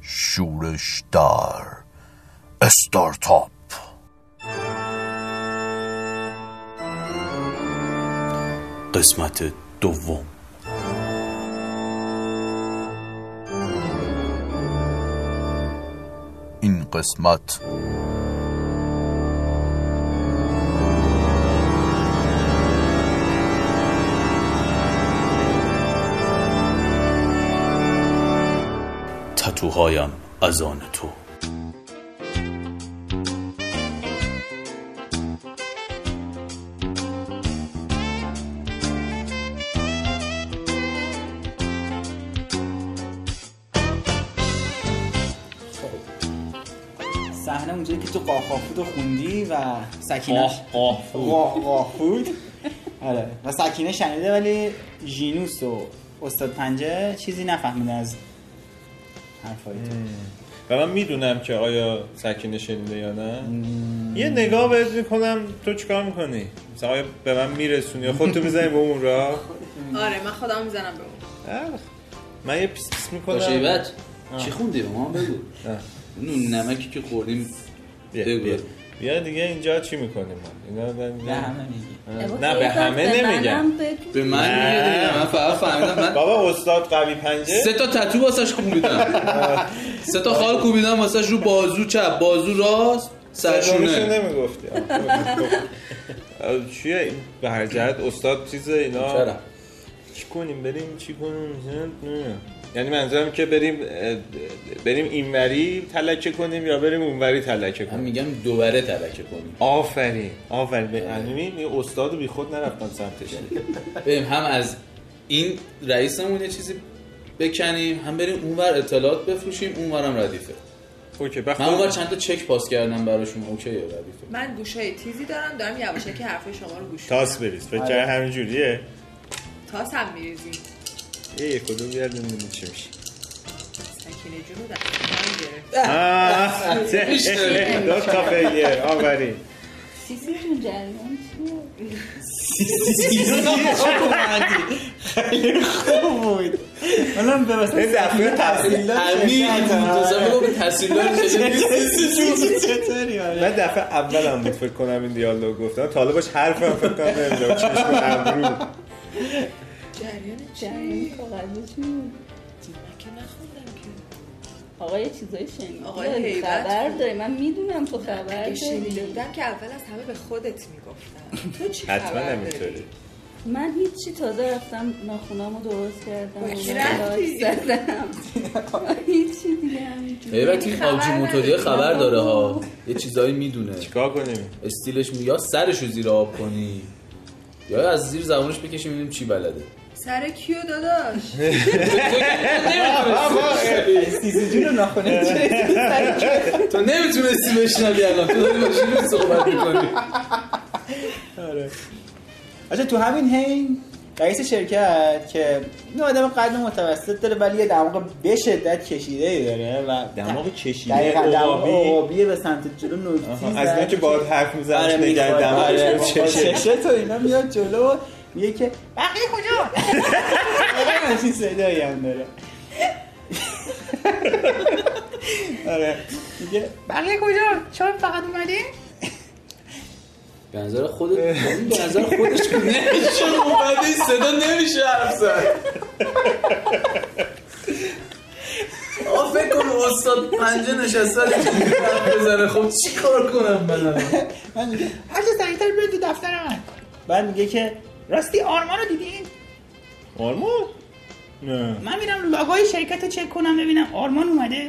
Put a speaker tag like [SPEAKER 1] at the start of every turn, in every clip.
[SPEAKER 1] شورش دار استارتاپ
[SPEAKER 2] قسمت دوم
[SPEAKER 1] این قسمت
[SPEAKER 2] تتوهایم از آن تو
[SPEAKER 3] صحنه اونجایی که تو قاقافود رو خوندی و سکینه
[SPEAKER 2] آه آه
[SPEAKER 3] قاقافود آره و سکینه شنیده ولی ژینوس و استاد پنجه چیزی نفهمیده از حرفای تو
[SPEAKER 4] و من میدونم که آیا سکینه شنیده یا نه یه نگاه بهت میکنم تو چیکار میکنی مثلا آیا به من میرسونی خودتو میزنی به اون راه
[SPEAKER 5] آره من خودم میزنم به اون
[SPEAKER 4] اخ، من یه پیس پیس میکنم
[SPEAKER 6] باشه ایبت چی خوندی به ما بگو نون نمکی که خوردیم
[SPEAKER 4] بیا,
[SPEAKER 6] بگو.
[SPEAKER 4] بیا. بیا دیگه اینجا چی میکنیم ما اینا رو
[SPEAKER 3] نه همه میگی
[SPEAKER 4] نه نه به همه نمیگم
[SPEAKER 6] به من
[SPEAKER 4] نه.
[SPEAKER 6] میگه من فقط فهمیدم من
[SPEAKER 4] بابا استاد قوی پنجه
[SPEAKER 6] سه تا تتو واسش کوبیدم سه تا خال کوبیدم واسش رو بازو چپ بازو راست
[SPEAKER 4] سرشونه
[SPEAKER 6] سرشونه
[SPEAKER 4] نمیگفتی خب. آه، چیه این به هر جهت استاد چیز اینا
[SPEAKER 6] چرا؟
[SPEAKER 4] چی کنیم بریم چی کنیم نه. یعنی منظورم که بریم اه، بریم اینوری تلکه کنیم یا بریم اونوری تلکه
[SPEAKER 6] من
[SPEAKER 4] کنیم
[SPEAKER 6] میگم دوباره ترکه کنیم
[SPEAKER 4] آفرین آفرین به یعنی این استاد بی خود نرفتم سمتش
[SPEAKER 6] بریم هم از این رئیسمون یه چیزی بکنیم هم بریم اونور اطلاعات بفروشیم اونورم ردیفه
[SPEAKER 4] اوکی
[SPEAKER 6] من اونور
[SPEAKER 4] بخون
[SPEAKER 6] چند تا چک پاس کردم براشون اوکیه ردیفه
[SPEAKER 5] من گوشه های تیزی دارم دارم یواشکی حرفای شما رو گوش
[SPEAKER 4] تاس بریز
[SPEAKER 6] آره.
[SPEAKER 4] فکر کردم همینجوریه
[SPEAKER 5] تاس هم میریزی
[SPEAKER 4] یه یک کدوم بیاد نمیدونم چی میشه
[SPEAKER 5] سکینه جون رو دستم گرفت
[SPEAKER 4] آه، دو تا فیلیه آفرین
[SPEAKER 7] سیسی جون جریان چیه؟
[SPEAKER 3] حالا به واسه
[SPEAKER 4] این دفعه تحصیل
[SPEAKER 6] امیر منتظر بگو به تحصیل داری
[SPEAKER 3] چطوری آره
[SPEAKER 4] من دفعه اولم بود فکر کنم این دیالوگ گفتم تا حالا باش حرفم فکر کنم نمیدونم چشم ابرو
[SPEAKER 5] جریان
[SPEAKER 7] جریان
[SPEAKER 5] چی؟
[SPEAKER 7] کاغذی چیه؟
[SPEAKER 5] من که نخوندم که
[SPEAKER 7] آقا یه چیزایی شنیدی
[SPEAKER 5] آقای
[SPEAKER 7] داری،
[SPEAKER 5] حیبت
[SPEAKER 7] خبر
[SPEAKER 5] بود.
[SPEAKER 7] داری من میدونم تو خبر
[SPEAKER 5] اگه شنیده
[SPEAKER 7] داری
[SPEAKER 5] بودم که اول از همه به خودت میگفتم تو چی
[SPEAKER 4] حتما
[SPEAKER 5] خبر داری؟
[SPEAKER 4] همینطوری
[SPEAKER 7] من هیچی تازه رفتم ناخونامو درست کردم
[SPEAKER 5] با کی
[SPEAKER 7] و
[SPEAKER 5] رفتی؟
[SPEAKER 7] لاک زدم هیچی دیگه همینجور
[SPEAKER 6] حیبت این آبجی موتوری خبر داره ها یه چیزایی میدونه
[SPEAKER 4] چیکار کنیم
[SPEAKER 6] استیلش می یا سرش رو زیر آب کنی یا از زیر زبانش بکشی ببینیم چی بلده
[SPEAKER 5] سر کیو داداش
[SPEAKER 3] سیسی جون رو ناخونه چه؟
[SPEAKER 6] تو نمیتونستی بشنوی الان تو داری ماشین رو صحبت میکنی
[SPEAKER 3] آجا تو همین هین رئیس شرکت که این آدم قد متوسط داره ولی یه دماغ به شدت کشیده ای داره و
[SPEAKER 4] دماغ کشیده،
[SPEAKER 3] دقیقاً دماغ
[SPEAKER 4] عقابی.
[SPEAKER 3] عقابی به سمت جلو نکتیز
[SPEAKER 4] از اینا که باید حرف میزنش نگر دماغش
[SPEAKER 3] آره
[SPEAKER 4] چشه
[SPEAKER 3] چشه تو اینا میاد جلو و میگه که بقیه کجا آره همچین صدایی هم داره آره میگه بقیه کجا شما فقط اومدین
[SPEAKER 6] به نظر خودت این به نظر خودش که نمیشه اومده این صدا نمیشه حرف زد آه، فکر کن استاد پنجه نشسته رو حرف بزنه خب چی کار کنم من الان؟
[SPEAKER 3] من میگه هر چه سریعتر بیاین تو دفتر من بعد میگه که راستی آرمان رو دیدین
[SPEAKER 4] آرمان نه
[SPEAKER 3] من میرم لاگای شرکت رو چک کنم ببینم آرمان اومده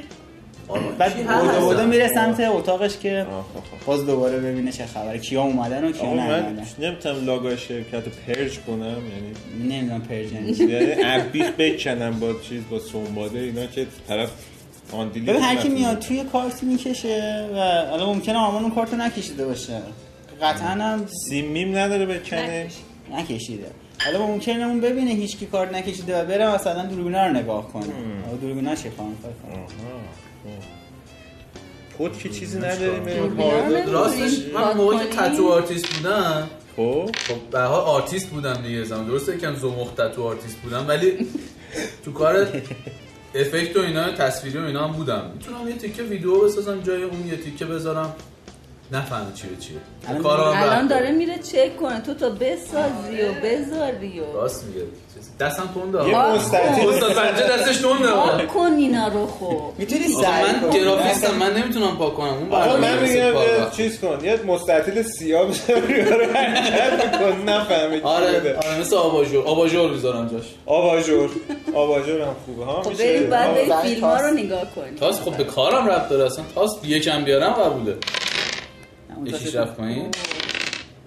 [SPEAKER 6] آرمان
[SPEAKER 3] بعد
[SPEAKER 6] کی
[SPEAKER 3] بوده
[SPEAKER 6] هست؟
[SPEAKER 3] بوده میره سمت اتاقش که
[SPEAKER 4] آه، خب، خب.
[SPEAKER 3] باز دوباره ببینه چه خبره کیا اومدن و کیا
[SPEAKER 4] آقا من
[SPEAKER 3] نیومدن
[SPEAKER 4] نمیتونم لاگای شرکت رو پرج کنم یعنی
[SPEAKER 3] نمیدونم پرژن
[SPEAKER 4] یعنی عبیق بکنم با چیز با سنباده اینا که طرف آندیلی
[SPEAKER 3] ببین هر کی میاد توی کارت میکشه و حالا ممکنه آرمان اون کارت رو نکشیده باشه قطعا هم
[SPEAKER 4] سیمیم نداره بکنه
[SPEAKER 5] نکش.
[SPEAKER 3] نکشیده حالا ممکنه اون ببینه هیچ کی کارت نکشیده و بره مثلا دوربینا رو نگاه کنه حالا دوربینا چه کار می‌کنه؟
[SPEAKER 4] خود که چیزی نداریم خب. بریم
[SPEAKER 7] دوربینا
[SPEAKER 4] وارد.
[SPEAKER 7] رو
[SPEAKER 6] خب، راستش من موقعی که
[SPEAKER 7] پاک کنی.
[SPEAKER 6] تتو آرتیست بودم
[SPEAKER 4] خب
[SPEAKER 6] خب به هر حال آرتیست بودم دیگه زمان درسته یکم زمخت تو آرتیست بودم ولی تو کار افکت و اینا تصویری و اینا هم بودم میتونم یه تیکه ویدیو بسازم جای اون یه تیکه بذارم نفهمه چیه به چیه
[SPEAKER 3] الان-
[SPEAKER 6] کارم رفت.
[SPEAKER 7] الان داره میره چک کنه تو تا بسازی و بذاری و
[SPEAKER 6] راست میگه دستم تنده
[SPEAKER 4] یه
[SPEAKER 6] آقا.
[SPEAKER 7] آه.
[SPEAKER 4] مستطیل
[SPEAKER 6] استاد پنجه دستش تنده آقا.
[SPEAKER 7] پاک کن اینا رو خب
[SPEAKER 3] میتونی
[SPEAKER 6] آقا
[SPEAKER 3] سعی
[SPEAKER 6] من
[SPEAKER 3] کنی.
[SPEAKER 6] گرافیستم من نمیتونم پاک کنم اون
[SPEAKER 4] آقا
[SPEAKER 6] برنامه
[SPEAKER 4] من
[SPEAKER 6] درست
[SPEAKER 4] میگم
[SPEAKER 6] پاک
[SPEAKER 4] یه
[SPEAKER 6] وقت.
[SPEAKER 4] چیز کن یه مستطیل سیاه بزنی رو حرکت کن نفهمه چی
[SPEAKER 6] آره
[SPEAKER 4] بوده.
[SPEAKER 6] آره مثل آباژور آباژور میذارم جاش
[SPEAKER 4] آباجور آباجور هم خوبه ها
[SPEAKER 7] خب
[SPEAKER 4] میشه
[SPEAKER 7] بریم بعد
[SPEAKER 4] آه.
[SPEAKER 7] بریم
[SPEAKER 3] آه.
[SPEAKER 7] فیلم ها رو نگاه کنی
[SPEAKER 6] تاس خب به کارم رفت داره اصلا تاس یکم بیارم قبوله
[SPEAKER 3] نه، اون
[SPEAKER 6] یکیش
[SPEAKER 3] دو تا-
[SPEAKER 6] رفت پایین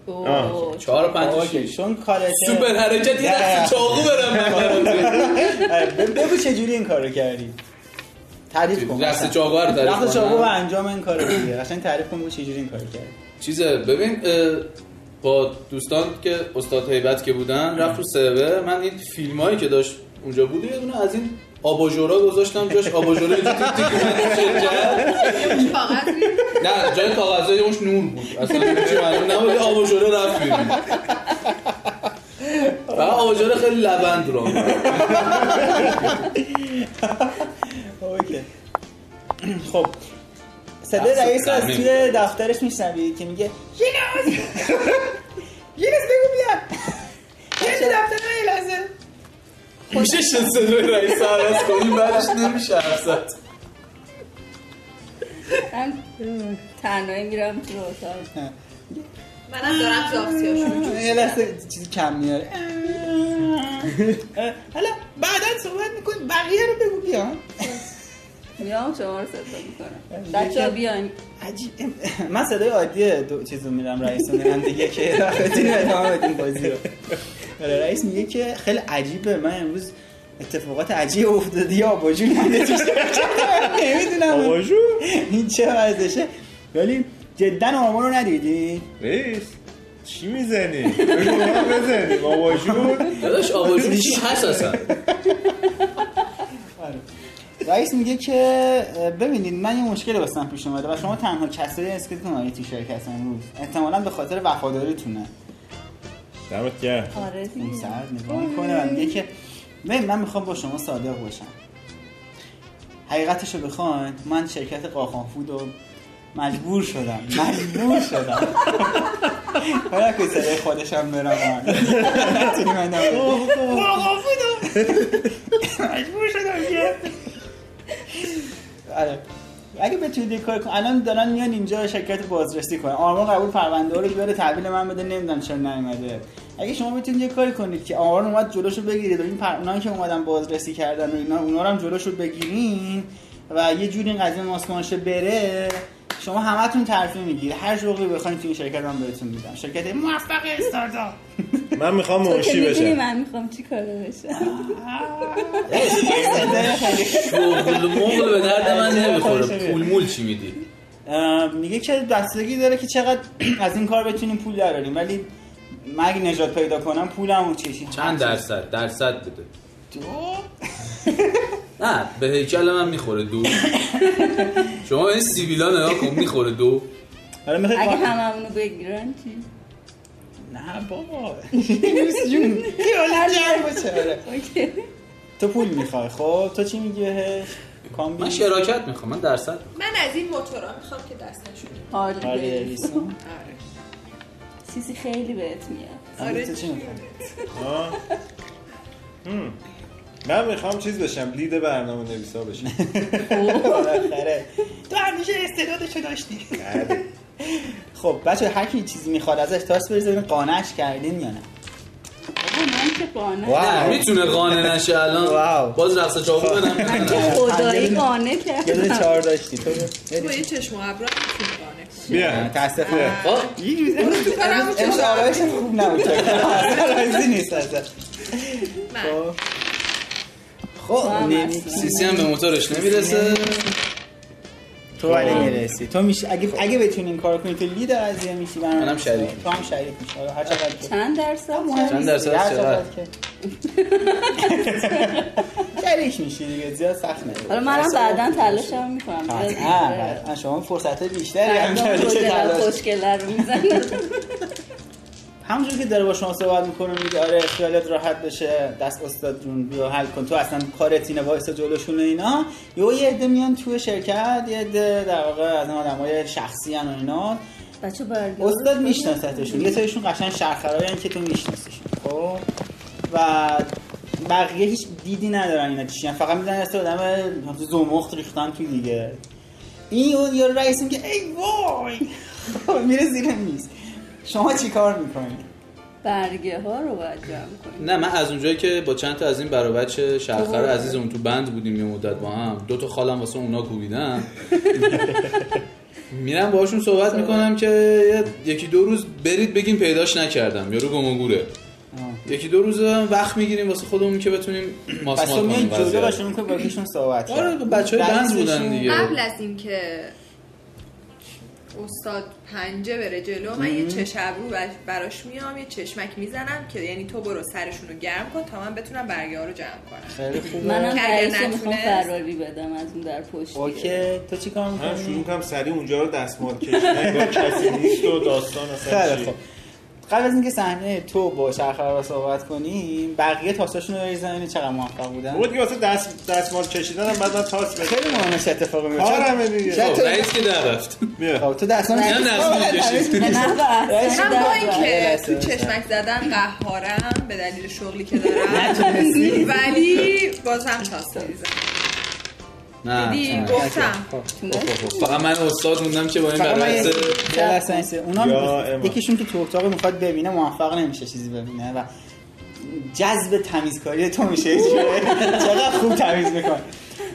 [SPEAKER 7] اوه.
[SPEAKER 6] چهار و پنج و
[SPEAKER 3] اوکی
[SPEAKER 6] شش
[SPEAKER 3] چون کارته
[SPEAKER 6] سوپر حرکت یه دست چاقو برم بکنم.
[SPEAKER 3] آره، ب- بگو چجوری این کارو کردی تعریف کن
[SPEAKER 6] دست چاقو رو تعریف
[SPEAKER 3] رفت چاقو
[SPEAKER 6] کنم.
[SPEAKER 3] و انجام این کارو دیگه قشنگ تعریف کن بگو چجوری این کارو کردی
[SPEAKER 6] چیزه ببین اه، با دوستان که استاد هیبت که بودن رفت رو سرور من این فیلم هایی که داشت اونجا بود یه دونه از این آباژورا گذاشتم جاش آباژورا اینجا تیک تیک اومد تو شرکت.
[SPEAKER 5] فقط
[SPEAKER 6] نه جای کاغذای اونش نور بود اصلا هیچی معلوم نبود یه آباژورا رفت بیرون فقط آباژورا خیلی لبند رو
[SPEAKER 3] اوکی خب صدای
[SPEAKER 6] دست
[SPEAKER 3] رئیس رو از
[SPEAKER 6] زمین
[SPEAKER 3] توی دفترش میشنوی که میگه یونس یونس بگو بیا یه دفتر لازم
[SPEAKER 6] میشه شن صدای رئیس عوض کنی بعدش نمیشه حرف زد.
[SPEAKER 7] من تنهایی میرم تو اتاق
[SPEAKER 5] منم دارم زاختیا شروع
[SPEAKER 3] یه لحظه چیزی کم میاره حالا بعدا صحبت میکنی بقیه رو بگو بیا
[SPEAKER 7] میام شما رو صدا میکنم
[SPEAKER 3] یکم-
[SPEAKER 7] بچه ها بیاین
[SPEAKER 3] عجیب من صدای عادی دو چیزو میرم رئیس رو میرم دیگه که بتونیم ادامه بدیم بازی رو آره، رئیس میگه که خیلی عجیبه من امروز اتفاقات عجیب افتاده یا آباجون نده نمیدونم
[SPEAKER 4] آباجور
[SPEAKER 3] این چه ورزشه ولی جدا آمار رو ندیدی
[SPEAKER 4] رئیس چی میزنی؟ بگو ما بزنیم آباجور
[SPEAKER 6] داداش آباژور چی هست اصلا
[SPEAKER 3] رئیس میگه که اه، ببینید من یه مشکلی واسم پیش اومده و شما تنها کسایی هستید که کناری تو شرکت امروز احتمالا به خاطر وفاداریتونه
[SPEAKER 4] دمت گرم
[SPEAKER 7] آره دیگه.
[SPEAKER 3] اون سر نگاه میکنه و میگه که ببین من میخوام با شما صادق باشم حقیقتشو بخواین من شرکت قاقان فود رو مجبور شدم مجبور شدم حالا که صدای خودشم برم من. نتونی من نباشم. قاقان فود رو مجبور شدم که آره اگه بتونید این کار کن الان دارن میان اینجا شرکت بازرسی کنن آرمان قبول پرونده ها رو بیاره تحویل من بده نمیدونم چرا نیومده اگه شما بتونید یه کاری کنید که آرمان اومد جلوشو بگیرید و این پر... اونایی که اومدن بازرسی کردن و اینا اونا رو هم جلوشو بگیرین و یه جوری این قضیه ماسمانشه بره شما همتون ترفیع میگیرید هر شغلی بخواید تو این شرکت هم بهتون میدم شرکت موفق استارتاپ
[SPEAKER 4] من میخوام
[SPEAKER 7] تو که
[SPEAKER 4] منشی
[SPEAKER 7] میدونی
[SPEAKER 4] بشم
[SPEAKER 7] من میخوام چی کاره بشم
[SPEAKER 6] شغل مغل به درد من نمیخوره پول مول چی میدی
[SPEAKER 3] اه، میگه که دستگی داره که چقدر از این کار بتونیم پول دراریم ولی من اگه نجات پیدا کنم پولم و چیشی
[SPEAKER 6] چند درصد درصد بده
[SPEAKER 3] دو
[SPEAKER 6] نه به هیکل من میخوره دو شما این سیویلا نگاه کن میخوره دو
[SPEAKER 3] حالا میخوای
[SPEAKER 7] اگه
[SPEAKER 3] با-
[SPEAKER 7] هممونو بگیرن چی؟
[SPEAKER 3] نه بابا یوس جون خیالت جمع باشه، آره.
[SPEAKER 7] اوکی
[SPEAKER 3] تو پول میخوای خب تو چی میگی بهش کامبی
[SPEAKER 6] من شراکت میخوام من درصد میخوام.
[SPEAKER 5] من از این موتورا میخوام که دستشون
[SPEAKER 7] حال
[SPEAKER 3] آره،
[SPEAKER 7] بهت.
[SPEAKER 3] دیویسون.
[SPEAKER 5] آره
[SPEAKER 7] سیسی خیلی بهت میاد
[SPEAKER 3] آره، تو چی می‌خوای؟
[SPEAKER 4] آه. هم. من میخوام چیز بشم لید برنامه نویسا بشم
[SPEAKER 3] بالاخره آره. تو همیشه استعدادشو داشتی آره. خب بچه هر کی چیزی میخواد ازش تاس بریزه ببین قانعش کردین یا نه
[SPEAKER 7] بابا من که قانع
[SPEAKER 3] واو.
[SPEAKER 6] نه میتونه قانع نشه الان
[SPEAKER 3] واو.
[SPEAKER 6] باز رقص چاقو
[SPEAKER 7] من
[SPEAKER 6] بدم
[SPEAKER 7] که خدایی
[SPEAKER 3] پنجره-
[SPEAKER 7] قانع
[SPEAKER 3] یه دونه
[SPEAKER 7] کردم
[SPEAKER 3] چهار داشتی تو
[SPEAKER 5] با یه چشم و ابرا میتونی قانع کنی
[SPEAKER 4] بیا
[SPEAKER 3] تاسفانه
[SPEAKER 6] آه،
[SPEAKER 5] کارم
[SPEAKER 3] امروز آرایش خوب نبود راضی نیست ازت
[SPEAKER 5] من
[SPEAKER 3] خب
[SPEAKER 7] هم
[SPEAKER 3] نمی-
[SPEAKER 6] سیسی هم به موتورش نمیرسه
[SPEAKER 3] تو ولی میرسی تو میشه اگه اگه بتونی این کارو کنی تو لید از یه میشی برنامه
[SPEAKER 6] منم شریک
[SPEAKER 3] تو هم شریک میشی آره، هر چقدر که
[SPEAKER 7] چند درصد
[SPEAKER 6] چند درصد
[SPEAKER 3] هر
[SPEAKER 6] چقدر؟
[SPEAKER 3] چقدر که شریک میشی دیگه زیاد سخت نده
[SPEAKER 7] حالا منم بعدا تلاشم میکنم
[SPEAKER 3] آه، شما فرصت بیشتری هم کردی که تلاش
[SPEAKER 7] خوشگله رو میزنم
[SPEAKER 3] همونجور که داره با شما صحبت میکنه میگه آره خیالت راحت بشه دست استاد جون بیا حل کن تو اصلا کارت اینه وایسا جلوشون و اینا یهو یه عده میان توی شرکت یه عده در واقع از اون آدمای شخصی ان و اینا
[SPEAKER 7] بچه برگرد
[SPEAKER 3] استاد میشناستشون یه تایشون قشنگ شرخرایی که تو میشناسیشون خب و بقیه هیچ دیدی ندارن اینا چیشن فقط میدونن است آدم زمخت ریختن تو دیگه این اون یا رئیس میگه ای وای خب، میره زیر میز شما چیکار میکنید
[SPEAKER 7] برگه ها رو باید جمع کنیم
[SPEAKER 6] نه من از اونجایی که با چند تا از این برا بچه شهرخر عزیزمون تو بند بودیم یه مدت با هم دو تا خالم واسه اونا کوبیدم میرم باهاشون صحبت میکنم که یه- یکی دو روز برید بگین پیداش نکردم یارو گم و گوره یکی دو روز هم وقت میگیریم واسه خودمون که بتونیم
[SPEAKER 3] پس
[SPEAKER 6] ماسمات
[SPEAKER 3] تو میای
[SPEAKER 6] کنیم
[SPEAKER 3] جلو و
[SPEAKER 6] وضعیت.
[SPEAKER 3] شروع می‌کنی با یکیشون صحبت کرد.
[SPEAKER 6] آره بچه های بند بودن
[SPEAKER 3] رئیسشون-
[SPEAKER 6] دیگه
[SPEAKER 5] قبل از اینکه استاد پنجه بره جلو من یه چشم رو براش میام یه چشمک میزنم که یعنی تو برو سرشون رو گرم کن تا من بتونم برگه ها رو جمع کنم
[SPEAKER 3] خیلی خوبه
[SPEAKER 7] منم
[SPEAKER 5] که اگه
[SPEAKER 7] رئیس رو میخوام
[SPEAKER 5] نتونست-
[SPEAKER 7] فراری بدم از اون در پشت
[SPEAKER 3] اوکی تو چیکار
[SPEAKER 4] من شروع
[SPEAKER 3] میکنی
[SPEAKER 4] کنم سریع اونجا رو دستمال کشیدن با کسی نیست و داستان اصلا
[SPEAKER 3] خیلی
[SPEAKER 4] چی
[SPEAKER 3] خوب قبل از اینکه صحنه تو با شرخر رو صحبت کنیم بقیه تاساشون رو بریزن ببینیم چقدر موفق بودن
[SPEAKER 4] بود که واسه دست دستمال کشیدن هم بعد من تاس بده
[SPEAKER 3] خیلی مهمه چه اتفاقی
[SPEAKER 4] کارمه
[SPEAKER 3] میفته
[SPEAKER 4] دیگه.
[SPEAKER 3] چه-
[SPEAKER 6] خب،
[SPEAKER 3] چه
[SPEAKER 6] رئیس که در رفت
[SPEAKER 4] بیا
[SPEAKER 3] خب، تو دستان
[SPEAKER 7] نه،
[SPEAKER 6] نه،
[SPEAKER 7] دیگه. نه بس.
[SPEAKER 3] رئیس
[SPEAKER 5] هم با اینکه
[SPEAKER 3] بله،
[SPEAKER 5] تو
[SPEAKER 3] بله.
[SPEAKER 5] چشمک زدن قهارم به دلیل شغلی که دارم ولی بازم تاس میزنم
[SPEAKER 6] نه
[SPEAKER 5] دیدی
[SPEAKER 6] نه. خب،
[SPEAKER 5] گفتم
[SPEAKER 6] فقط من استاد موندم که با این
[SPEAKER 3] فقط
[SPEAKER 6] برا
[SPEAKER 3] من یه-
[SPEAKER 6] بچه
[SPEAKER 3] یه لحظه اینسه. اونا
[SPEAKER 4] یا
[SPEAKER 3] می‌خواد-
[SPEAKER 4] اما.
[SPEAKER 3] یکیشون که تو اتاق میخواد ببینه موفق نمیشه چیزی ببینه و جذب تمیزکاری تو میشه یه جوره. چقدر خوب تمیز میکنه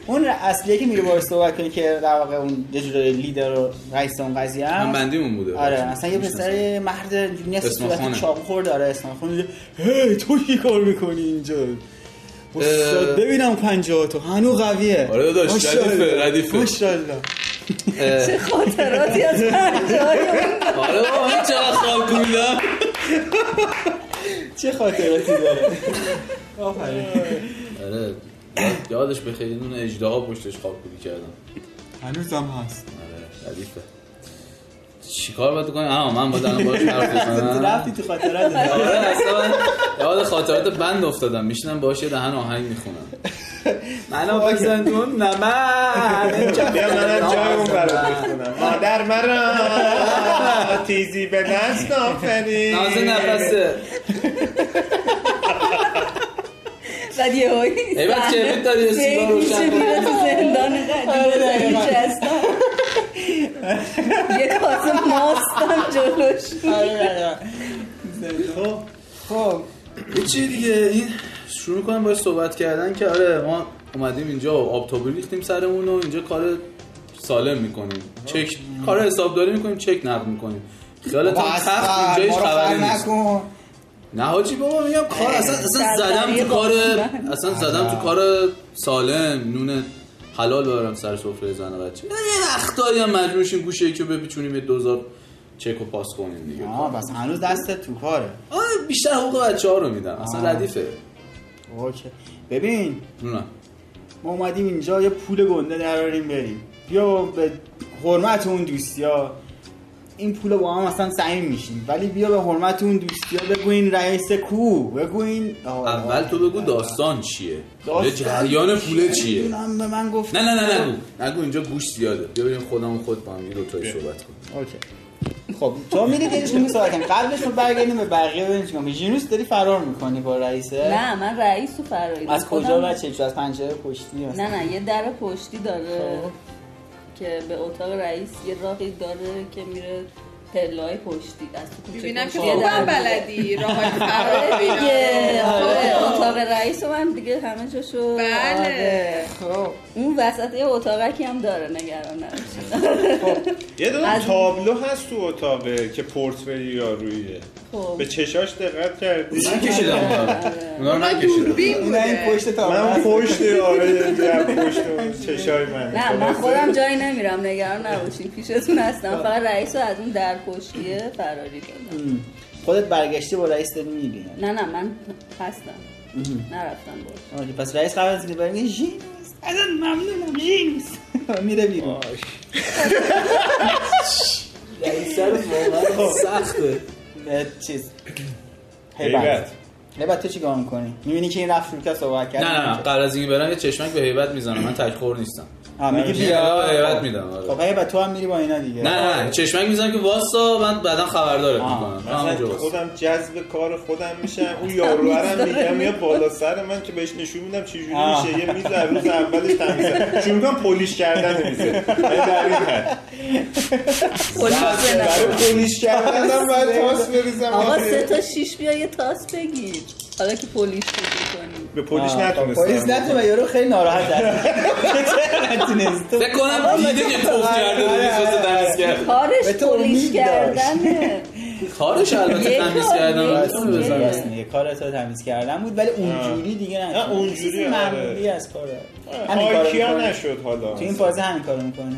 [SPEAKER 3] اون اصلیه که میره باهاش صحبت کنی که در واقع اون یه جوره لیدر و رئیس اون قضیه
[SPEAKER 6] هم
[SPEAKER 3] است.
[SPEAKER 6] بندیمون بوده
[SPEAKER 3] آره اصلا یه پسر یه مرد اینجوری هست
[SPEAKER 6] اسم
[SPEAKER 3] صورت
[SPEAKER 6] خانه.
[SPEAKER 3] چاقو خورد آره اسم خونه میگه هی تو چی کار میکنی اینجا استاد
[SPEAKER 6] اه.
[SPEAKER 3] ببینم پنجاه تو هنو قویه
[SPEAKER 6] آره داداش،
[SPEAKER 3] ماشاءالله.
[SPEAKER 6] ردیفه، ردیفه.
[SPEAKER 3] ماشاءالله
[SPEAKER 6] اه،
[SPEAKER 7] چه خاطراتی از پنجه های
[SPEAKER 6] آره بابا من چقدر خال کوبیدم
[SPEAKER 3] چه خاطراتی داره آفرین
[SPEAKER 6] آره یاد- یادش به خیلی اون اجدها پشتش خاک کوبی کردم
[SPEAKER 3] هنوزم هست
[SPEAKER 6] آره ردیفه چیکار باید کنیم آها من باید الان باهاش حرف بزنم
[SPEAKER 3] رفتی تو خاطرات داره.
[SPEAKER 6] آره اصلا من یاد خاطرات بند افتادم میشینم باهاش یه دهن آهنگ میخونم منو بزن تو نمه
[SPEAKER 4] بیا منم جای اون برات بخونم مادر مرا تیزی به دست آفرین
[SPEAKER 6] نازه نفسه
[SPEAKER 7] بعد یه هایی
[SPEAKER 6] ای بابا، چه بود داری، یه سیگار روشن
[SPEAKER 7] میشه
[SPEAKER 6] کن.
[SPEAKER 7] میره تو زندان قدیم نشستم یه کاسه ماستم جلوش
[SPEAKER 3] آره، آره. خب خب
[SPEAKER 6] یه چی دیگه این شروع کنم باش صحبت کردن که آره ما اومدیم اینجا و آب تابلو ریختیم سرمون و اینجا کار سالم میکنیم چک کار حسابداری میکنیم چک نقد میکنیم خیالت هم
[SPEAKER 3] بس،
[SPEAKER 6] تخت
[SPEAKER 3] ما
[SPEAKER 6] خب، اینجایش
[SPEAKER 3] رو
[SPEAKER 6] خبری
[SPEAKER 3] خر
[SPEAKER 6] نیست
[SPEAKER 3] نکن
[SPEAKER 6] نه حاجی بابا میگم کار اصلا اصلا زدم
[SPEAKER 7] سرسری
[SPEAKER 6] تو کار
[SPEAKER 7] قاطی.
[SPEAKER 6] اصلا زدم تو کار سالم نون حلال ببرم سر سفره زن و بچه نه، یه وقتایی هم مجبور شیم گوشه یکی رو بپیچونیم یه دوزار چک و پاس کنیم دیگه
[SPEAKER 3] آه بس هنوز دستت تو کاره
[SPEAKER 6] آره بیشتر حقوق بچه ها رو میدم اصلا
[SPEAKER 3] آه.
[SPEAKER 6] ردیفه
[SPEAKER 3] اوکی ببین
[SPEAKER 6] نونم
[SPEAKER 3] ما اومدیم اینجا یه پول گنده دراریم بریم بیا به حرمت اون دوستیا این پول رو با هم اصلا سعیم میشیم ولی بیا به حرمت اون دوستیا بگوین رئیس کو بگوین آه،
[SPEAKER 6] اول تو بگو داستان چیه
[SPEAKER 3] داستان
[SPEAKER 6] یه جریان پوله چیه نه
[SPEAKER 3] نمی‌دونم، به من گفت
[SPEAKER 6] نه نه نگو نگو اینجا گوش زیاده بیا بریم خودمون خود با هم یه دوتایی صحبت کنیم
[SPEAKER 3] اوکی خب تو میری دلش کنی صحبت کنی قبلش رو برگردیم به بقیه ببینیم چیکار می‌کنی. ژینوس داری فرار میکنی با رئیسه
[SPEAKER 7] نه من رئیس رو فراری
[SPEAKER 3] از
[SPEAKER 7] خودم-
[SPEAKER 3] کجا بچه چی؟ از پنجره پشتی مثلا؟
[SPEAKER 7] نه نه یه در پشتی داره
[SPEAKER 3] خب.
[SPEAKER 7] که به اتاق رئیس یه راهی داره که میره پلای پشتی از تو کوچه
[SPEAKER 5] ببینم که
[SPEAKER 7] کوچه یه
[SPEAKER 5] تو
[SPEAKER 7] در
[SPEAKER 5] هم
[SPEAKER 7] میره.
[SPEAKER 5] بلدی راه های فرار
[SPEAKER 7] آره دیگه
[SPEAKER 5] ببینم.
[SPEAKER 7] آره،
[SPEAKER 5] آه.
[SPEAKER 7] اتاق رئیس رو من دیگه همه جاشو
[SPEAKER 5] بله.
[SPEAKER 7] آره.
[SPEAKER 3] خب
[SPEAKER 7] اون وسط یه اتاقکی هم داره نگران نباشید
[SPEAKER 4] یه دونه
[SPEAKER 7] از-
[SPEAKER 4] تابلو هست تو اتاقه که پورتفلی یارویه
[SPEAKER 7] خب
[SPEAKER 4] به چشاش دقت کردی
[SPEAKER 6] من کشیدم اونا رو. اونا رو
[SPEAKER 5] اونا
[SPEAKER 6] نکشیدم
[SPEAKER 5] دوربین
[SPEAKER 3] این این
[SPEAKER 5] بوده
[SPEAKER 3] پشت تا
[SPEAKER 4] من پشت آره در پشت اون چشای من
[SPEAKER 7] نه من خودم جایی نمیرم نگران نباشین پیشتون هستم فقط رئیس رو از اون در پشتیه فراری دادم
[SPEAKER 3] خودت برگشتی با رئیس داری میری
[SPEAKER 7] نه نه من هستم نرفتم بود
[SPEAKER 3] آره پس رئیس قبل از اینکه بره میگه ژینوس ازت ممنونم ژینوس میره بیرون
[SPEAKER 6] این سر واقعا سخته
[SPEAKER 3] اه، چیز
[SPEAKER 4] هیبت.
[SPEAKER 3] هیبت هیبت تو چیکار میکنی میبینی که این رفت شروع کرد صحبت کرد
[SPEAKER 6] نه نه نه قبل از اینکه برم یه چشمک به هیبت میزنم من تکخور نیستم
[SPEAKER 3] آه، میگی
[SPEAKER 6] بیا هیبت
[SPEAKER 3] بیا
[SPEAKER 6] میدم آره
[SPEAKER 3] خب هیبت تو هم میری با اینا دیگه
[SPEAKER 6] نه نه چشمک میزنم که واسا من بعدا خبردارت
[SPEAKER 3] آه.
[SPEAKER 6] میکنم
[SPEAKER 4] مثلا خودم جذب کار خودم میشم اون یاروهرم میگم میاد بالا سر من که بهش نشون میدم چه جوری
[SPEAKER 3] آه.
[SPEAKER 4] میشه یه میز از روز اولش تمیزه شروع کنم پولیش کردن یعنی میزه در این حد
[SPEAKER 7] خلاصه
[SPEAKER 4] برای
[SPEAKER 7] نکن.
[SPEAKER 4] پولیش کردن هم باید تاس بریزم
[SPEAKER 7] آقا
[SPEAKER 4] آخه.
[SPEAKER 7] سه تا شیش بیا یه تاس بگیر حالا که پلیس شروع کنی
[SPEAKER 4] به پولیش
[SPEAKER 3] آه،
[SPEAKER 4] نتونستم
[SPEAKER 3] پلیس خب، نتونه یارو خیلی ناراحت هست چرا نتونست
[SPEAKER 6] فکر کنم دیده که توف کرده
[SPEAKER 3] آره،
[SPEAKER 6] رویش واسه
[SPEAKER 3] آره،
[SPEAKER 6] تمیز کرد
[SPEAKER 7] کارش
[SPEAKER 3] به تو
[SPEAKER 7] پلیس
[SPEAKER 3] امید داشت.
[SPEAKER 7] کردنه
[SPEAKER 6] کارش البته
[SPEAKER 7] یه
[SPEAKER 6] تمیز
[SPEAKER 7] کار
[SPEAKER 6] کردن
[SPEAKER 7] نیست.
[SPEAKER 6] بتونه بزنه
[SPEAKER 3] یه کار تو تمیز کردن بود ولی اونجوری دیگه نه
[SPEAKER 4] نه، اونجوری، آره.
[SPEAKER 3] معمولی از کار
[SPEAKER 4] آیکیا نشد حالا
[SPEAKER 3] تو این فاز همین کارو میکنی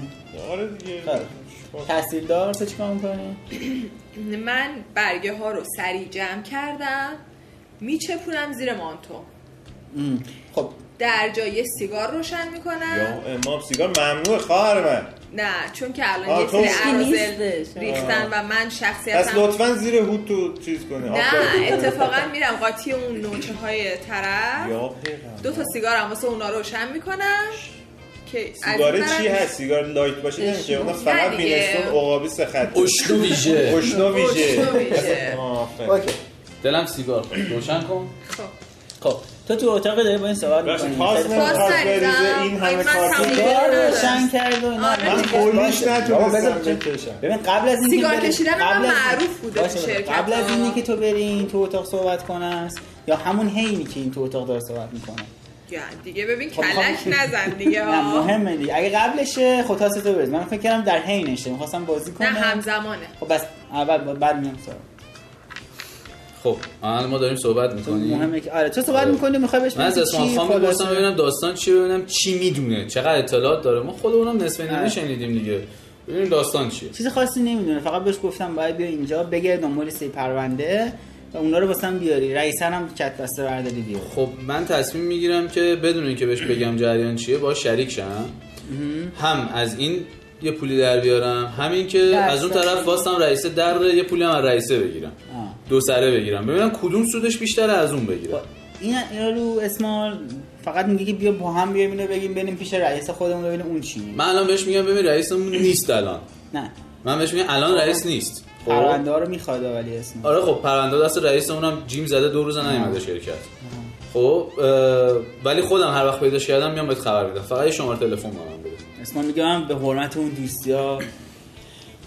[SPEAKER 4] آره دیگه
[SPEAKER 3] خب. تحصیلدار تو چیکار میکنی
[SPEAKER 5] من برگه ها رو سریع جمع کردم میچپونم زیر مانتو
[SPEAKER 3] خب
[SPEAKER 5] در جای سیگار روشن
[SPEAKER 4] یا
[SPEAKER 5] میکنم
[SPEAKER 4] امام سیگار ممنوع خواهر من
[SPEAKER 5] نه چون که
[SPEAKER 4] آه،
[SPEAKER 5] الان یه
[SPEAKER 4] تو
[SPEAKER 5] سری
[SPEAKER 4] مسکی
[SPEAKER 5] عرازل
[SPEAKER 7] نیستش.
[SPEAKER 5] ریختن و من
[SPEAKER 4] پس
[SPEAKER 5] شخصیتم
[SPEAKER 4] لطفا زیر هود تو چیز کنه
[SPEAKER 5] نه اتفاقا میرم قاطی اون نوچه های طرف
[SPEAKER 4] یا پیغمبر.
[SPEAKER 5] دو تا سیگارم واسه اونا روشن میکنم که از
[SPEAKER 4] سیگار
[SPEAKER 5] اون طرف-
[SPEAKER 4] چی هست سیگار لایت باشه نمیشه اونا فقط
[SPEAKER 5] نه دیگه.
[SPEAKER 4] بینستون عقابی سه خط
[SPEAKER 6] اشکو ویژه
[SPEAKER 4] اشنا
[SPEAKER 5] اشنا
[SPEAKER 4] ویژه
[SPEAKER 5] ویژه.
[SPEAKER 4] آفرین.
[SPEAKER 3] اوکی
[SPEAKER 6] دلم سیگار خورد. روشن کن
[SPEAKER 5] خب
[SPEAKER 3] خب تو تو اتاق داری با این صحبت
[SPEAKER 4] بخش
[SPEAKER 3] میکنی
[SPEAKER 4] پاس نمیخواد بریزه این همه
[SPEAKER 5] پاس
[SPEAKER 4] کارت
[SPEAKER 5] نریزم.
[SPEAKER 3] سیگار روشن کرد و اینا
[SPEAKER 5] آره.
[SPEAKER 4] من
[SPEAKER 3] دیگه
[SPEAKER 4] پولیش
[SPEAKER 3] باشه.
[SPEAKER 4] نتونستم
[SPEAKER 3] بابا بذار-
[SPEAKER 4] بکشم
[SPEAKER 3] ببین قبل از اینکه
[SPEAKER 5] سیگار
[SPEAKER 3] بری-
[SPEAKER 5] کشیدن من
[SPEAKER 3] قبل از-
[SPEAKER 5] معروف بوده
[SPEAKER 3] باشه،
[SPEAKER 5] تو
[SPEAKER 3] باشه.
[SPEAKER 5] شرکت
[SPEAKER 3] قبل از
[SPEAKER 5] ها.
[SPEAKER 3] اینی که تو بری این تو اتاق صحبت کنه یا همون هینی که این تو اتاق داره صحبت میکنه
[SPEAKER 5] یا دیگه ببین
[SPEAKER 3] خب،
[SPEAKER 5] کلک
[SPEAKER 3] خب.
[SPEAKER 5] نزن دیگه
[SPEAKER 3] نه
[SPEAKER 5] ها.
[SPEAKER 3] مهمه دیگه اگه قبلشه خود تو بریز من فکر کردم در هینشه میخواستم بازی
[SPEAKER 5] نه
[SPEAKER 3] کنم
[SPEAKER 5] همزمانه
[SPEAKER 3] خب بس اول بعد- بعد میام سر
[SPEAKER 6] خب الان ما داریم صحبت
[SPEAKER 3] تو
[SPEAKER 6] میکنیم
[SPEAKER 3] مهمه که آره تو صحبت میکنی میخوای بهش
[SPEAKER 6] من از
[SPEAKER 3] بگی
[SPEAKER 6] اسمان
[SPEAKER 3] چی؟
[SPEAKER 6] خان
[SPEAKER 3] خلاصه.
[SPEAKER 6] میپرسم ببینم داستان چیه ببینم چی میدونه چقدر اطلاعات داره ما خودمونم نصف
[SPEAKER 3] آره.
[SPEAKER 6] نیمه شنیدیم دیگه ببینیم داستان چیه
[SPEAKER 3] چیز خاصی نمیدونه فقط بهش گفتم باید بیا اینجا بگرد دنبال سی پرونده و اونا رو واسم بیاری رئیسن هم کت بسته برداری بیاری
[SPEAKER 6] خب من تصمیم میگیرم که بدون اینکه بهش بگم جریان چیه با شریک شم هم از این یه پولی در بیارم همین که
[SPEAKER 7] درس
[SPEAKER 6] از اون طرف واسم رئیسه در یه پولی هم از رئیسه بگیرم
[SPEAKER 3] آه.
[SPEAKER 6] دو سره بگیرم ببینم کدوم سودش بیشتره از اون بگیرم
[SPEAKER 3] خب، این اینا رو اسمال فقط میگه که بیا با هم بیایم اینو بگیم بریم پیش رئیس خودمون ببینیم اون چی میگه.
[SPEAKER 6] من الان بهش میگم ببین رئیسمون نیست الان
[SPEAKER 3] نه
[SPEAKER 6] من بهش میگم الان رئیس نیست خب
[SPEAKER 3] پرونده ها رو میخواد ولی اسم
[SPEAKER 6] آره خب پرونده دست رئیس اونم جیم زده دو روز نیومده شرکت خب اه، ولی خودم هر وقت پیداش کردم میام بهت خبر میدم فقط یه شماره تلفن به من بده
[SPEAKER 3] اسمال میگه من به حرمت اون دوستی ها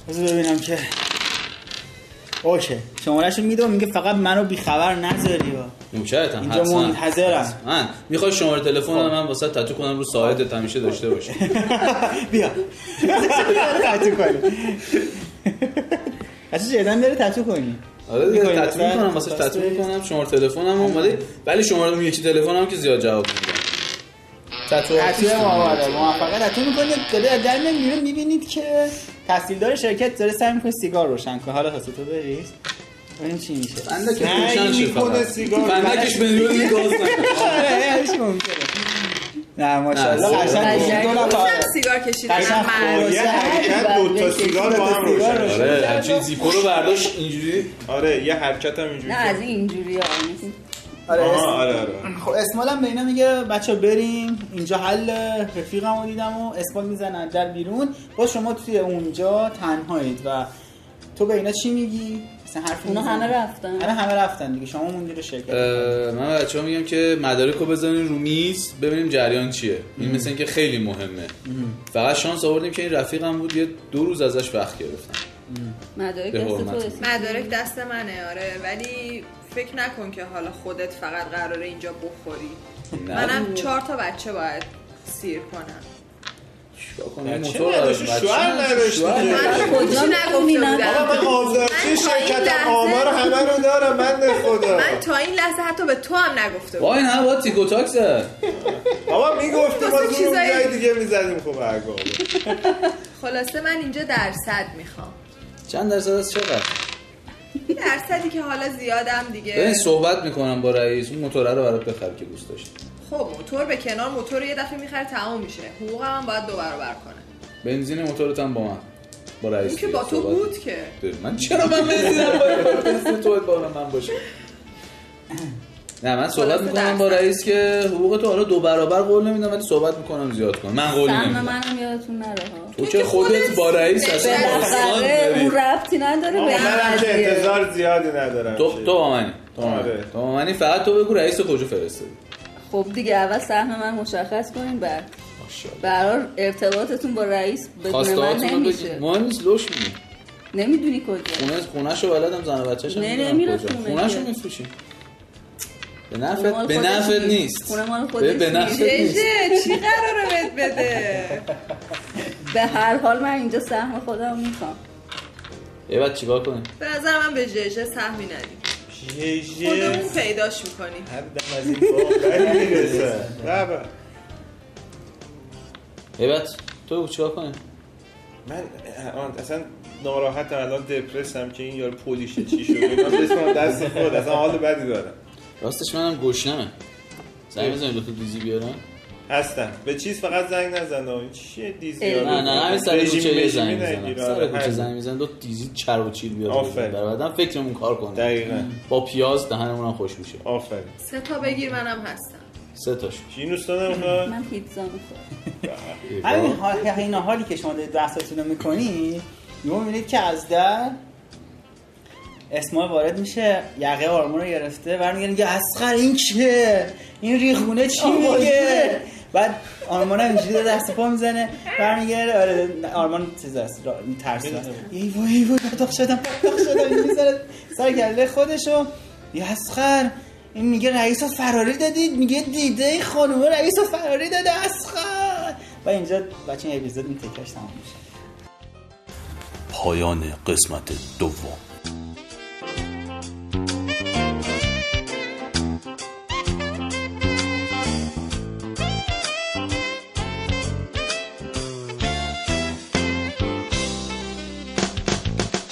[SPEAKER 3] بذار ببینم که اوکی شمارهش رو میدم میگه فقط منو بیخبر نذاری ها.
[SPEAKER 6] نوکرتم
[SPEAKER 3] اینجا
[SPEAKER 6] حتما.
[SPEAKER 3] منتظرم.
[SPEAKER 6] حتما میخوای شماره تلفن من واسه تتو کنم رو ساعتت همیشه داشته باشی
[SPEAKER 3] بیا تتو کنی بچه جدن داره تتو کنی
[SPEAKER 6] آره دیگه
[SPEAKER 3] می‌کنی
[SPEAKER 6] تتو
[SPEAKER 3] مثلا؟
[SPEAKER 6] میکنم واسه
[SPEAKER 3] پس
[SPEAKER 6] تتو
[SPEAKER 3] بریم.
[SPEAKER 6] میکنم شماره تلفنم اومده ولی شماره اون یکی تلفنم که زیاد جواب نمیدم تتو
[SPEAKER 3] تطویر
[SPEAKER 6] آرتیستم.
[SPEAKER 3] مواد موفقه تطویر میکنه داره از در میاد میره میبینید که تحصیلدار شرکت داره سعی میکنه سیگار روشن کنه حالا واسه تو بریز ببینیم چی میشه
[SPEAKER 6] فندکش
[SPEAKER 4] نه،
[SPEAKER 6] روشن
[SPEAKER 4] این
[SPEAKER 6] شد
[SPEAKER 4] می‌کنه
[SPEAKER 6] فقط.
[SPEAKER 4] سیگار.
[SPEAKER 6] فندکش بدون این گاز نکن.
[SPEAKER 3] آره هرش ممکنه نه ماشاءالله
[SPEAKER 6] نه،
[SPEAKER 3] قشنگ
[SPEAKER 7] سیگار.
[SPEAKER 3] دو
[SPEAKER 6] آره.
[SPEAKER 3] آره،
[SPEAKER 5] گفتم
[SPEAKER 3] نفره
[SPEAKER 5] سیگار کشیدن
[SPEAKER 3] قشنگ
[SPEAKER 5] من
[SPEAKER 3] خوری.
[SPEAKER 4] خب، یه حرکت دو تا سیگار با هم روشن
[SPEAKER 6] آره همچین زیپو رو برداشت اینجوری
[SPEAKER 4] آره یه حرکت هم اینجوری
[SPEAKER 7] نه
[SPEAKER 4] کرد.
[SPEAKER 7] از اینجوری ها
[SPEAKER 3] آره
[SPEAKER 4] آها،
[SPEAKER 3] اسم-
[SPEAKER 4] آره آره
[SPEAKER 3] خب اسمال هم به اینا میگه بچه بریم اینجا حل رفیقم رو دیدم و اسمال میزنن در بیرون با شما توی اونجا تنهایید و تو به اینا چی میگی؟ مثلا حرف
[SPEAKER 7] اونا
[SPEAKER 3] می‌زنی؟
[SPEAKER 7] همه رفتن.
[SPEAKER 3] آره همه رفتن دیگه شما موندی رو شرکت
[SPEAKER 6] اه، من بچه ها میگم که مدارک رو بزنین رو میز ببینیم جریان چیه این مثل اینکه خیلی مهمه فقط شانس آوردیم که این رفیقم بود یه دو روز ازش وقت گرفتم
[SPEAKER 7] مدارک
[SPEAKER 6] به
[SPEAKER 7] دست تو
[SPEAKER 6] حرمت.
[SPEAKER 7] رسید.
[SPEAKER 5] مدارک دست منه آره ولی فکر نکن که حالا خودت فقط قراره اینجا بخوری
[SPEAKER 6] نه.
[SPEAKER 5] منم چهار تا بچه باید سیر کنم
[SPEAKER 6] چیکار کنم؟
[SPEAKER 4] بچه
[SPEAKER 6] موتور داره.
[SPEAKER 4] نداشتی،
[SPEAKER 6] بچه
[SPEAKER 4] شوهر
[SPEAKER 6] نداشتی،
[SPEAKER 4] نداشتی.
[SPEAKER 6] شوهر نداشتی.
[SPEAKER 5] من
[SPEAKER 7] کجا
[SPEAKER 5] هیچی نگفته
[SPEAKER 7] می‌کنی نه؟
[SPEAKER 5] بودم.
[SPEAKER 4] آقا من
[SPEAKER 5] من
[SPEAKER 4] آبدارچی
[SPEAKER 5] تا این
[SPEAKER 4] شرکت
[SPEAKER 5] لحظه-
[SPEAKER 4] آمار همه رو دارم من خدا
[SPEAKER 5] من تا این لحظه حتی به تو هم نگفته بودم
[SPEAKER 6] وای نه با تیکو تاک زد
[SPEAKER 4] بابا میگفتی ما
[SPEAKER 5] واسه
[SPEAKER 4] زور
[SPEAKER 5] چیزایی-
[SPEAKER 4] جای دیگه میزدیم خب عقاب
[SPEAKER 5] خلاصه من اینجا درصد میخوام
[SPEAKER 6] چند درصد از چقدر
[SPEAKER 5] این درصدی که حالا زیادم
[SPEAKER 6] ببین
[SPEAKER 5] دیگه
[SPEAKER 6] صحبت میکنم با رئیس اون موتور رو برات بخر که دوست داشت
[SPEAKER 5] خب موتور به کنار موتور رو یه دفعه میخره تمام میشه حقوقم هم باید دو برابر کنه
[SPEAKER 6] بنزین موتورت هم با من با رئیس
[SPEAKER 5] اون که با تو
[SPEAKER 6] صحبت
[SPEAKER 5] بود که
[SPEAKER 6] داری. من چرا من بزنم باید دست تو باید بالا من باشه نه من صحبت
[SPEAKER 5] خلاصه
[SPEAKER 6] میکنم با
[SPEAKER 5] درصد.
[SPEAKER 6] رئیس که حقوق تو حالا دو برابر قول نمیدم ولی صحبت میکنم زیاد کنم من قول
[SPEAKER 7] سهم
[SPEAKER 6] نمیدم
[SPEAKER 7] منم یادتون نره ها
[SPEAKER 6] تو که خودت با رئیس اصلا داستان
[SPEAKER 7] بالاخره
[SPEAKER 6] داری
[SPEAKER 7] اون ربطی نداره
[SPEAKER 4] آقا،
[SPEAKER 7] به این
[SPEAKER 4] منم که
[SPEAKER 7] قضیه.
[SPEAKER 4] انتظار زیادی ندارم
[SPEAKER 6] تو
[SPEAKER 4] چیزی.
[SPEAKER 6] تو با منی تو با منی.
[SPEAKER 4] آره.
[SPEAKER 6] تو با منی فقط تو بگو رئیس رو کجا فرستادی
[SPEAKER 7] خب دیگه اول سهم من مشخص کنین بعد
[SPEAKER 6] ماشاءالله.
[SPEAKER 7] برای ارتباطتون با رئیس بدون من
[SPEAKER 6] خواستهاتون رو بگید.
[SPEAKER 7] نمیشه
[SPEAKER 6] مهم نیست لوش میدی
[SPEAKER 7] نمیدونی کجا
[SPEAKER 6] خونه خونهشو بلدم زن و بچه‌ش
[SPEAKER 7] نه،
[SPEAKER 6] میدونم
[SPEAKER 7] نمیره
[SPEAKER 6] کجا.
[SPEAKER 7] خونه
[SPEAKER 6] خونهشو
[SPEAKER 7] که.
[SPEAKER 6] میفروشیم به
[SPEAKER 7] خونه مال
[SPEAKER 6] نفعت به
[SPEAKER 7] خودش
[SPEAKER 6] نفعت
[SPEAKER 7] نیست.
[SPEAKER 6] نیست
[SPEAKER 7] خونه مال
[SPEAKER 6] به-
[SPEAKER 7] خودش
[SPEAKER 6] به
[SPEAKER 7] نیست.
[SPEAKER 6] نفعت نیست
[SPEAKER 5] جه چی قراره بهت بده
[SPEAKER 7] به هر حال من اینجا سهم خودم میخوام
[SPEAKER 6] یه بعد چیکار کنیم
[SPEAKER 5] به نظر من به جه سهمی ندیم
[SPEAKER 4] یه- یه-
[SPEAKER 5] خودمون پیداش میکنیم
[SPEAKER 4] هر دم از این بالا میرسه بله. بابا
[SPEAKER 6] یه بعد تو بگو چیکار کنیم
[SPEAKER 4] من الان اصلا ناراحت الان دپرسم که این یارو پلیشه چی شده من بسم دست خود اصلا حال بدی دارم
[SPEAKER 6] راستش منم گشنمه سعی بزنیم دو تا دیزی بیارم
[SPEAKER 4] هستم به چیز فقط زنگ نزن آه. این چیه دیز
[SPEAKER 7] اه.
[SPEAKER 4] یارو
[SPEAKER 6] نه نه همین سر
[SPEAKER 4] رژیم
[SPEAKER 6] کوچه یه
[SPEAKER 4] رژیمی
[SPEAKER 6] زنگ
[SPEAKER 4] نگیر، آره،
[SPEAKER 6] میزنم سر کوچه
[SPEAKER 4] همین.
[SPEAKER 6] زنگ میزنم دو دیزی چر و چیل بیارم
[SPEAKER 4] آفرین.
[SPEAKER 6] بعدم فکرمون کار کنیم
[SPEAKER 4] دقیقاً
[SPEAKER 6] با پیاز دهنمون هم خوش میشه
[SPEAKER 4] آفرین
[SPEAKER 5] سه تا بگیر منم هستم
[SPEAKER 6] سه تاش
[SPEAKER 4] شینوستان هم
[SPEAKER 7] من پیتزا میخورم
[SPEAKER 3] همین حال این حالی که شما دارید بحثتون رو میکنی یهو میبینید که از در اسما وارد میشه یقه آرمون رو گرفته برمیگرد میگه اسخر این چیه این ریخونه چی میگه بعد آرمان هم اینجوری داره دست و پا میزنه برمیگرده آره آرمان چیز است را- ترس است ایوا ایوا داغ شدم داغ شدم اینجوری سر سر گله خودشو یه اسخر این میگه رئیس رو فراری دادید میگه دیده این خانومه رئیس رو فراری داده اسخر و اینجا بچه این اپیزود این تکرش تمام میشه
[SPEAKER 2] پایان قسمت دوم